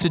to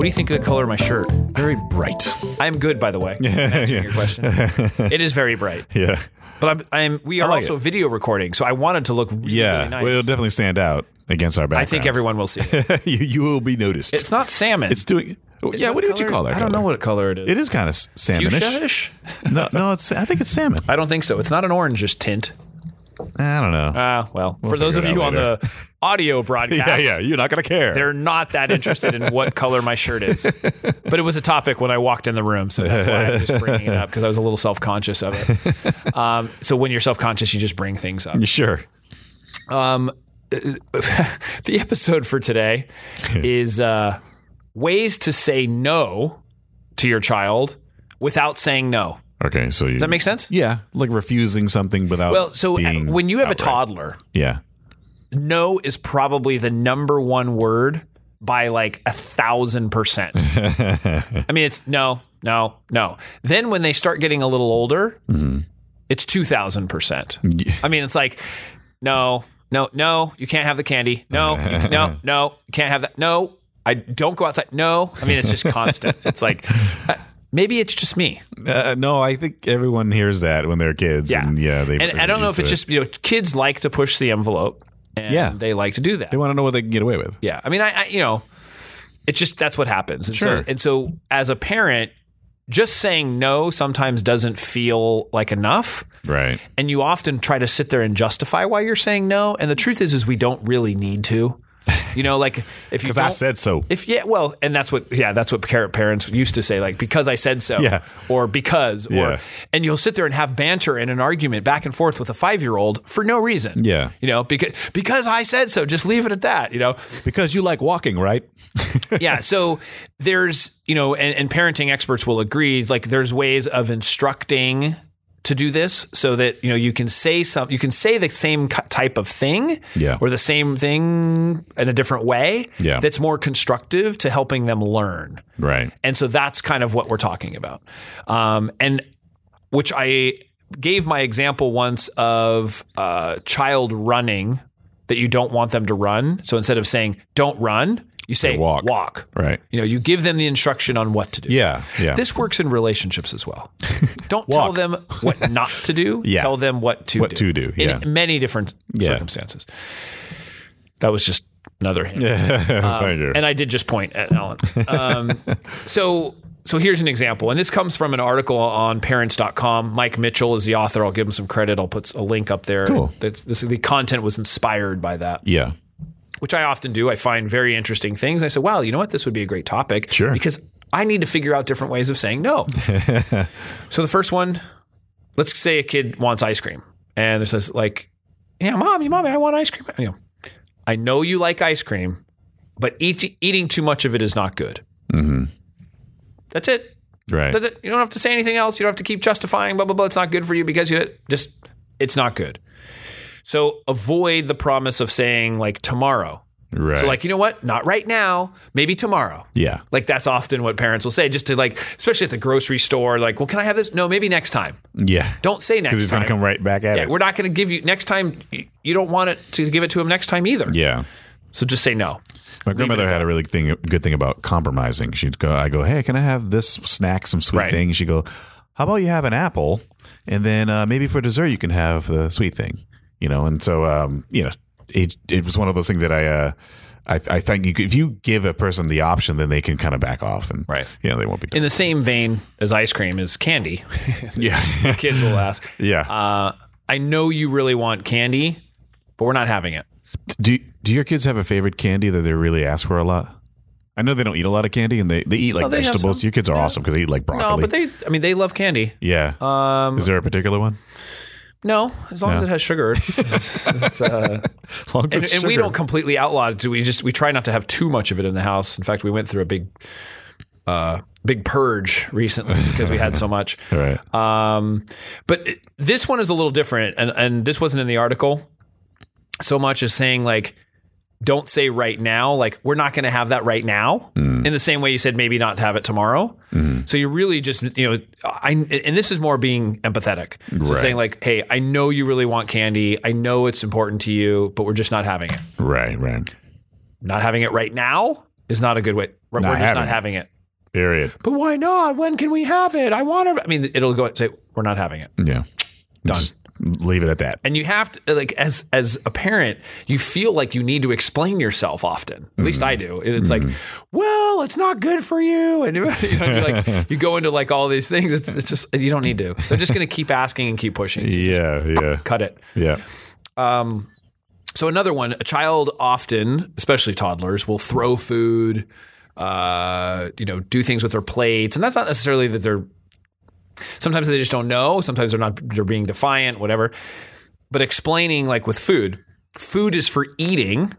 do you think of the color of my shirt? Very bright. I'm good, by the way. answering your question. it is very bright, Yeah. but I'm. I'm we are like also video recording, so I wanted to look really, Yeah. really nice. Well, it'll definitely stand out against our I background. think everyone will see. It. you, you will be noticed. It's not salmon. It's doing. Oh, yeah. What, would you call color is- that? I don't know color? what color it is. It is kind of salmonish. Fuchsia-ish? no, no. It's. I think it's salmon. I don't think so. It's not an orangish tint. I don't know. Ah, well, for those of figure it you out on later. the audio broadcast, yeah. Yeah. You're not gonna care. they're not that interested in what color my shirt is. But it was a topic when I walked in the room, so that's why I'm just bringing it up because I was a little self conscious of it. Um, so when you're self conscious, you just bring things up. sure. The episode for today is uh, ways to say no to your child without saying no. Okay. So you. Does that make sense? Yeah. Like refusing something without. Well, so uh, being when you have a outright. toddler, Yeah. no is probably the number one word by like a thousand percent. I mean, it's no, no, no. Then when they start getting a little older, Mm-hmm. it's 2000%. I mean, it's like, no, no, no, you can't have the candy. No, you, no, no, you can't have that. No, I don't go outside. No. I mean, it's just constant. It's like, uh, maybe it's just me. Uh, no, I think everyone hears that when they're kids. Yeah. And, yeah. They. And I don't know if it's just, you know, kids like to push the envelope and Yeah. they like to do that. They want to know what they can get away with. Yeah. I mean, I, I you know, it's just that's what happens. And So, Sure. and so as a parent, just saying no sometimes doesn't feel like enough. Right. And you often try to sit there and justify why you're saying no. And the truth is, is we don't really need to. You know, like if you Because I don't- said so. if yeah, well, and that's what yeah, that's what parent parents used to say, like because I said so, Yeah. or because, or Yeah. and you'll sit there and have banter and an argument back and forth with a five year old for no reason, Yeah. you know, because because I said so, just leave it at that, you know. Because you like walking, right? yeah. So there's, you know, and, and parenting experts will agree, like there's ways of instructing to do this so that, you know, you can say some, you can say the same ki- type of thing Yeah. or the same thing in a different way Yeah. that's more constructive to helping them learn. Right. And so that's kind of what we're talking about. Um, and which I gave my example once of a child running that you don't want them to run. So instead of saying, don't run, you say, walk. walk. Right. You know, you give them the instruction on what to do. Yeah. Yeah. This works in relationships as well. Don't tell Walk. them what not to do. Yeah. Tell them what to What do. to do, In yeah. many different circumstances. That was just another hint. Thank you. um, And I did just point at Alan. Um, so, so here's an example, and this comes from an article on Parents.com. Mike Mitchell is the author. I'll give him some credit. I'll put a link up there. Cool. That's, this the content was inspired by that, yeah. which I often do. I find very interesting things. I said, "Wow, you know what? This would be a great topic." Sure. Because I need to figure out different ways of saying no. so the first one, let's say a kid wants ice cream, and there's this like, "Yeah, mom, you mommy, I want ice cream." You know, I know you like ice cream but eat, eating too much of it is not good. That's it. Right. That's it. You don't have to say anything else. You don't have to keep justifying blah blah blah. It's not good for you because you just it's not good. So avoid the promise of saying like tomorrow. Right. So like you know what? Not right now. Maybe tomorrow. yeah. Like that's often what parents will say, just to like, especially at the grocery store. Like, well, can I have this? No, maybe next time. Yeah. Don't say Because next he's going time. to come right back at yeah, it. we're not going to give you next time. y- You don't want it to give it to him next time either. Yeah. So just say no. My grandmother had a really thing, good thing about compromising. She'd go, I go, hey, can I have this snack, some sweet Right. thing? She'd go, how about you have an apple? And then uh, maybe for dessert, you can have the sweet thing, you know? And so, um, you know, it, it was one of those things that I, uh, I, I think you could, if you give a person the option, then they can kind of back off and, Right. you know, they won't be. in the same vein as ice cream is candy. yeah. Kids will ask, yeah. uh, I know you really want candy, but we're not having it. Do do your kids have a favorite candy that they really ask for a lot? I know they don't eat a lot of candy, and they, they eat like they have vegetables. some. Your kids are awesome because they eat like broccoli. No, but they, I mean, they love candy. yeah. Um, Is there a particular one? No, as long as it has sugar. It's, it's, it's, uh, and, and we don't completely outlaw it. We just, we try not to have too much of it in the house. In fact, we went through a big uh, big purge recently because we had so much. All right. Um, but it- this one is a little different, and, and this wasn't in the article so much as saying like, don't say right now. Like we're not going to have that right now. In the same way you said maybe not have it tomorrow. So you really just you know I and this is more being empathetic. So Right. saying like, hey, I know you really want candy. I know it's important to you, but we're just not having it. Right. Right. Not having it right now is not a good way. We're Not just not having having it. it. Period. But why not? When can we have it? I want to. I mean, it'll go and say we're not having it. Yeah. Done. Just leave it at that. and you have to like as as a parent you feel like you need to explain yourself often at least Mm. i do And it's like well it's not good for you and you know, you're like you go into like all these things it's, it's just you don't need to they're just going to keep asking and keep pushing so Yeah. Yeah. cut it Yeah. so another one a child often especially toddlers will throw food uh, you know do things with their plates and that's not necessarily that they're sometimes they just don't know sometimes they're not they're being defiant whatever but explaining like with food food is for eating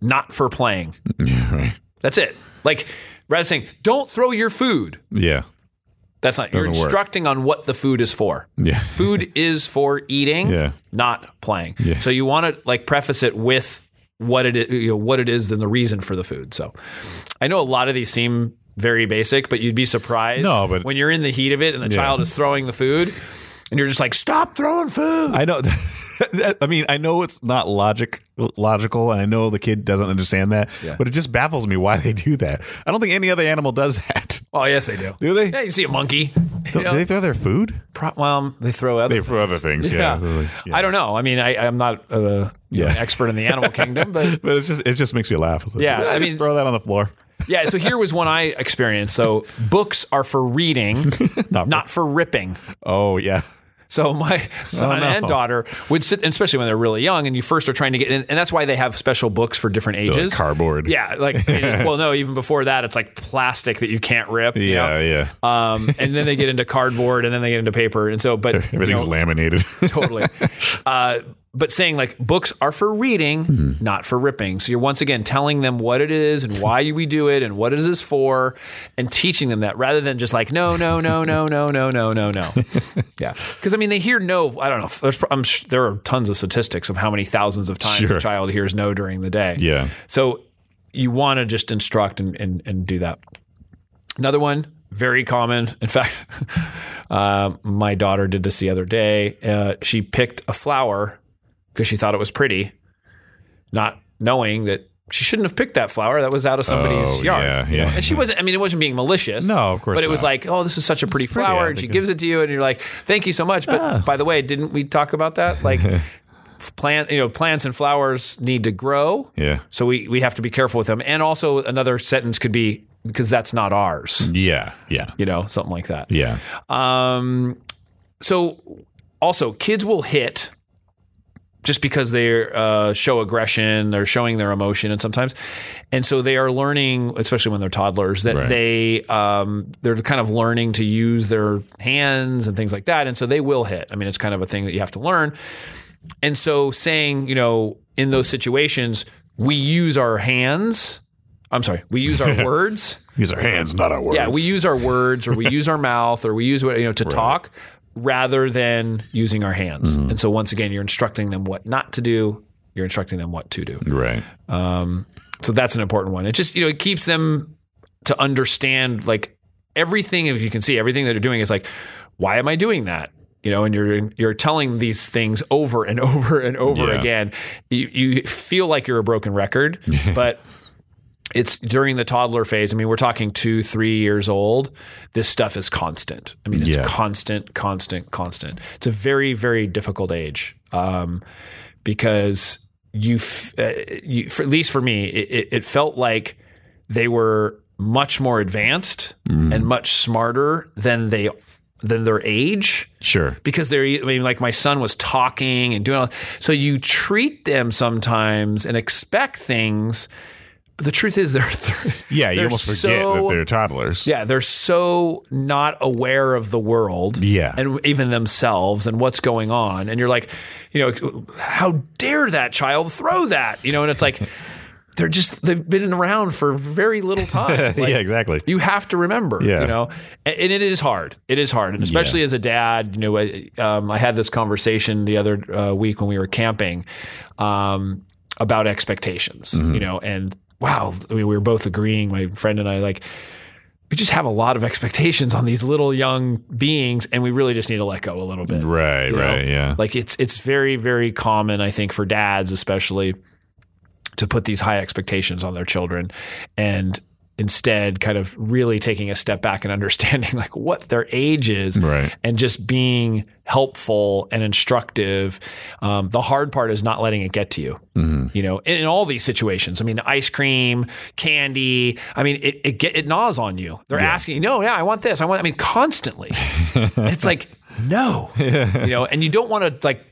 not for playing Right. that's it like rather than saying don't throw your food Yeah. that's not you're Doesn't work. instructing on what the food is for Yeah. food is for eating, Yeah. not playing. So you want to like preface it with what it is, you know, what it is, and the reason for the food. So I know a lot of these seem very basic, but you'd be surprised. No, but- when you're in the heat of it and the child is throwing the food, and you're just like, "Stop throwing food." I know. That, I mean, I know it's not logic logical, and I know the kid doesn't understand that. But it just baffles me why they do that. I don't think any other animal does that. oh yes, they do. Do they? Yeah, you see a monkey. Do, You know, do they throw their food? pro- well, they throw other. They throw other things. Yeah. They're like- yeah. I don't know. I mean, I, I'm not uh, you know, Yeah. an expert in the animal kingdom, but But it's just it just makes me laugh. It's like, Yeah, I just mean- throw that on the floor. Yeah, so here was one I experienced. So books are for reading, not, for ripping. Oh yeah. So my son Oh, no. and daughter would sit, and especially when they're really young, and you first are trying to get, in, and that's why they have special books for different They're like ages. cardboard. Yeah, like well, no, even before that, it's like plastic that you can't rip. you Yeah. know? Yeah. Um, and then they get into cardboard, and then they get into paper, and so but you Everything's know, laminated. totally. Uh, but saying like books are for reading, Mm-hmm. not for ripping. So you're once again telling them what it is and why we do it and what it is for, and teaching them that rather than just like no, no, no, no, no, no, no, no, no. yeah, because I mean they hear no. I don't know. There's pro- I'm sh- there are tons of statistics of how many thousands of times Sure. a child hears no during the day. Yeah. So you want to just instruct and, and, and do that. Another one, very common. In fact, uh, my daughter did this the other day. Uh, she picked a flower because she thought it was pretty, not knowing that she shouldn't have picked that flower. That was out of somebody's Oh, yard. yeah, you know? yeah. And she wasn't, I mean, it wasn't being malicious. No, of course But it was not. like, oh, this is such a pretty pretty, Ah. flower. I and she think gives it to you, and you're like, thank you so much. But by the way, didn't we talk about that? Like, f- plant, you know, plants and flowers need to grow. yeah. So we, we have to be careful with them. And also another sentence could be because that's not ours, Yeah. Yeah. you know, something like that. Yeah. Um, so also kids will hit just because they uh, show aggression, they're showing their emotion, and sometimes, and so they are learning, especially when they're toddlers, that Right. they um, they're kind of learning to use their hands and things like that, and so they will hit. I mean, it's kind of a thing that you have to learn. And so saying, you know, in those situations, we use our hands. I'm sorry, we use our words. Use our hands, not our words. Yeah, we use our words or we use our mouth or we use what you know to talk rather than using our hands. And so once again, you're instructing them what not to do. You're instructing them what to do. Right. So that's an important one. It just you know it keeps them to understand like everything. If you can see everything that they're doing is like, why am I doing that? You know, and you're you're telling these things over and over and over Yeah. again. You you feel like you're a broken record, but it's during the toddler phase. I mean, we're talking two, three years old. This stuff is constant. I mean, it's Yeah. constant, constant, constant. It's a very, very difficult age um, because you, f- uh, you for, at least for me, it, it, it felt like they were much more advanced Mm. and much smarter than they than their age Sure. because they're I mean, like my son was talking and doing all so you treat them sometimes and expect things but the truth is they're Yeah. You They're almost forget so- that they're toddlers. yeah they're so not aware of the world Yeah. and even themselves and what's going on and you're like you know how dare that child throw that you know and it's like they're just they've been around for very little time. Like, yeah, exactly. You have to remember, Yeah. you know, and, and it is hard. It is hard, and especially as a dad, you know, I, um, I had this conversation the other uh, week when we were camping um, about expectations, Mm-hmm. you know, and wow, I mean, we were both agreeing, my friend and I, like we just have a lot of expectations on these little young beings, and we really just need to let go a little bit. Right, you know? right, yeah. Like it's it's very very common, I think, for dads especially to put these high expectations on their children, and instead kind of really taking a step back and understanding like what their age is, Right. and just being helpful and instructive. Um, the hard part is not letting it get to you. You know, in, in all these situations. I mean, ice cream, candy. I mean, it it, get, it gnaws on you. They're asking, no, yeah, I want this. I want. I mean, constantly. it's like no, you know, and you don't want to like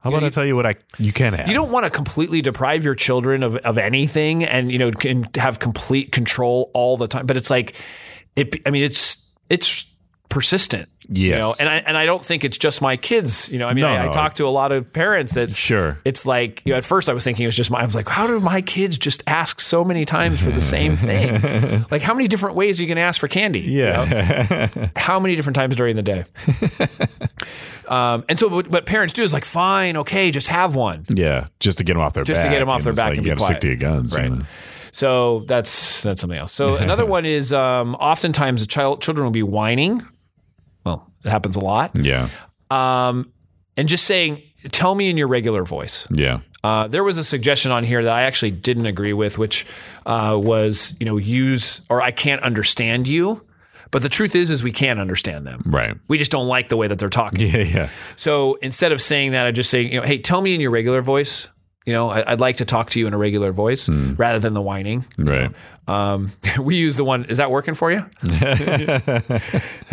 How about I tell you what I you can have? you don't want to completely deprive your children of, of anything and you know can have complete control all the time but it's like it i mean it's it's persistent you Yes. know and i and i don't think it's just my kids you know i mean No, I, I no. talk to a lot of parents that Sure. it's like you know at first i was thinking it was just my i was like how do my kids just ask so many times for the same thing like how many different ways are you going to ask for candy you know? yeah. how many different times during the day. um, and so what, what parents do is like, fine, okay, just have one. yeah. Just to get them off their Just to back. get 'em off and their it's back like, and you be gotta quiet. stick to your guns. Right. So that's that's something else. So another one is um, oftentimes the child children will be whining. Well, it happens a lot, Yeah. and just saying, "Tell me in your regular voice." Yeah. Uh, there was a suggestion on here that I actually didn't agree with, which uh, was, you know, use or I can't understand you. But the truth is, is we can understand them. Right. We just don't like the way that they're talking. Yeah. Yeah. So instead of saying that, I just say, you know, hey, tell me in your regular voice. You know, I, I'd like to talk to you in a regular voice Mm. rather than the whining. Right. Um, we use the one. Is that working for you? uh, I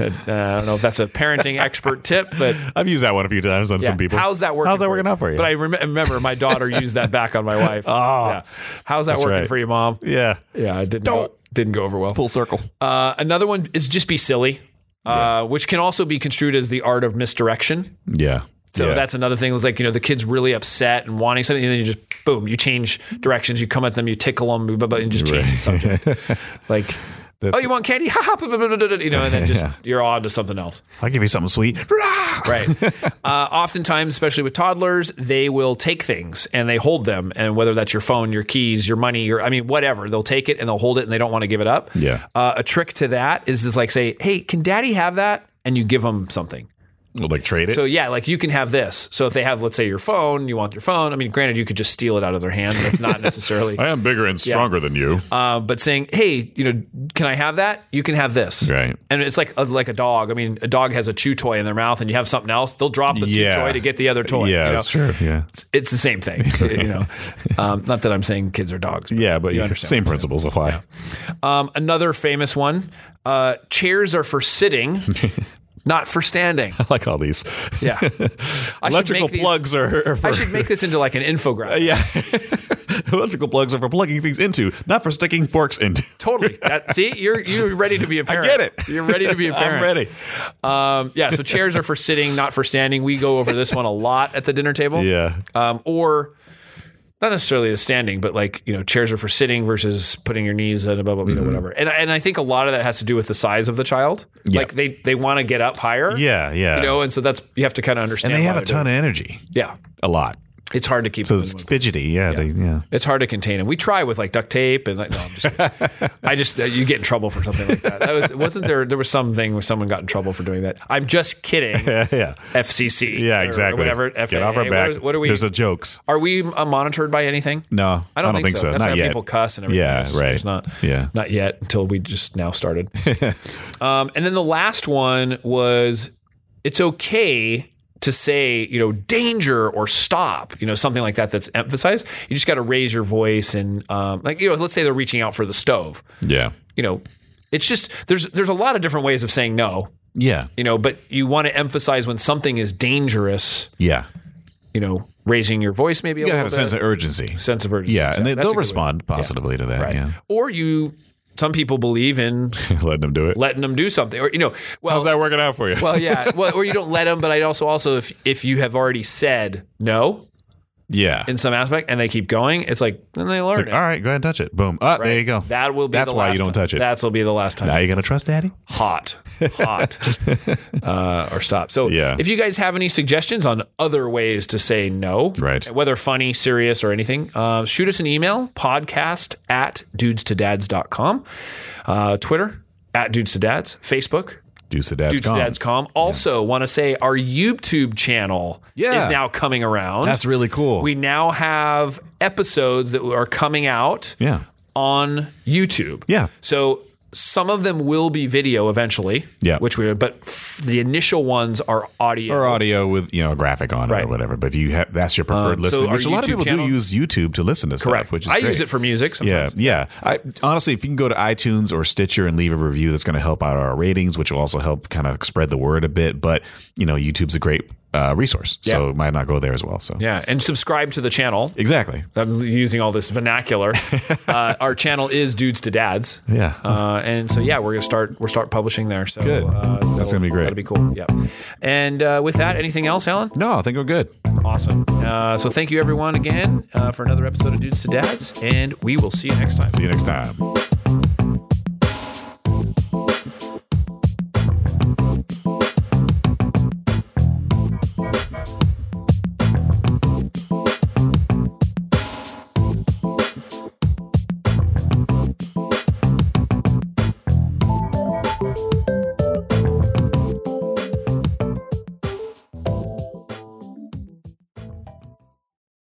don't know if that's a parenting expert tip, but I've used that one a few times on yeah. some people. how's that working? How's that working out for you? Ah. But I rem- remember my daughter used that back on my wife. Oh, yeah. how's that working right. for you, mom? yeah. Yeah, it didn't go, didn't go over well. Full circle. Uh, another one is just be silly, uh, which can also be construed as the art of misdirection. Yeah. So yeah. that's another thing. It's like, you know, the kid's really upset and wanting something, and then you just boom, you change directions, you come at them, you tickle them, blah, blah, blah, and just change the subject. like, oh, you want candy? Ha ha, blah, blah, blah, blah, blah, you know, and then just you're on to something else. I'll give you something sweet. Right. uh, oftentimes, especially with toddlers, they will take things and they hold them. And whether that's your phone, your keys, your money, your, I mean, whatever, they'll take it and they'll hold it and they don't want to give it up. Yeah. Uh, a trick to that is just like, say, hey, can daddy have that? And you give them something. Like trade it. So yeah, like you can have this. So if they have, let's say, your phone, you want your phone. I mean, granted, you could just steal it out of their hand. That's not necessarily. I am bigger and stronger than you. Uh, but saying, hey, you know, can I have that? You can have this. Right. And it's like a, like a dog. I mean, a dog has a chew toy in their mouth, and you have something else. They'll drop the Yeah. chew toy to get the other toy. yeah, you know? that's true. Yeah. It's, it's the same thing. you know, um, not that I'm saying kids are dogs. Yeah, but you understand same principles apply. Um, another famous one: uh, chairs are for sitting, not for standing. I like all these. Yeah. I should Electrical make these- plugs are, are for I should make this into like an infographic. yeah. Electrical plugs are for plugging things into, not for sticking forks into. Totally. That, see, you're you're ready to be a parent. get it. You're ready to be a parent. I'm ready. Um, yeah. So chairs are for sitting, not for standing. We go over this one a lot at the dinner table. Yeah. Um, or not necessarily the standing, but like you know, chairs are for sitting versus putting your knees and blah blah blah, you know, Mm-hmm. whatever. And and I think a lot of that has to do with the size of the child. Like they they want to get up higher. Yeah, yeah. You know, and so that's you have to kind of understand. and they have why a they're ton of energy. doing- Yeah. A lot. It's hard to keep. So them it's in one- fidgety. Yeah, They, yeah. It's hard to contain, and we try with like duct tape and like. No, I'm just. I just uh, you get in trouble for something like that. That was wasn't there. There was something where someone got in trouble for doing that. I'm just kidding. yeah. FCC. Yeah, or exactly. whatever. Get off our FAA. back. What, is- what are we? There's a jokes. are we uh, monitored by anything? No, I don't, think, so. That's not why yet. people cuss and everything. Yeah, else. right. It's not. Yeah. Not yet until we just now started. um, and then the last one was it's okay to say you know danger or stop you know something like that that's emphasized you just got to raise your voice and um, like you know let's say they're reaching out for the stove Yeah. you know it's just there's there's a lot of different ways of saying no Yeah. you know but you want to emphasize when something is dangerous Yeah. you know raising your voice maybe a You little gotta have a bit sense of urgency. sense of urgency Yeah, and they, That's they'll a good way. respond positively to that. Yeah, or you some people believe in letting them do it. letting them do something or you know well How's that working out for you? well yeah well, or you don't let them but i also also if if you have already said no Yeah. in some aspect and they keep going, it's like then they learn Like, it. all right, go ahead and touch it. Boom. Ah, there you go. That will be That's the why last you don't time. touch it. That'll be the last time. now you gonna trust Daddy? hot, hot, uh, or stop. So, Yeah. if you guys have any suggestions on other ways to say no, Right. whether funny, serious, or anything, uh, shoot us an email podcast at dudes to dads.com, uh, Twitter at dudes to dads, Facebook. Deuce to Dad's Dudes to gone. dads.com. Also, want to say our YouTube channel Yeah. is now coming around. That's really cool. We now have episodes that are coming out yeah. on YouTube. Yeah. So some of them will be video eventually. Yeah. Which we but f- the initial ones are audio. Or audio with you know a graphic on it or Right. Um, whatever. But if you have that's your preferred so listening, our which a lot of YouTube people channel- do use YouTube to listen to Correct. stuff, which is I great. use it for music. Yeah, Sometimes. yeah. I honestly, if you can go to iTunes or Stitcher and leave a review, that's going to help out our ratings, which will also help kind of spread the word a bit. But you know, YouTube's a great uh, resource, so it might not go there as well. So Yeah. And subscribe to the channel. exactly. I'm using all this vernacular. uh, our channel is Dudes to Dads. Yeah. Uh, and so yeah, we're gonna start. We're start publishing there. So Good. Uh, That's that'll- gonna be great. That'll be cool. Yeah. And uh, with that, anything else, Alan? no, I think we're good. Awesome. Uh, so thank you everyone again uh, for another episode of Dudes to Dads, and we will see you next time. See you next time.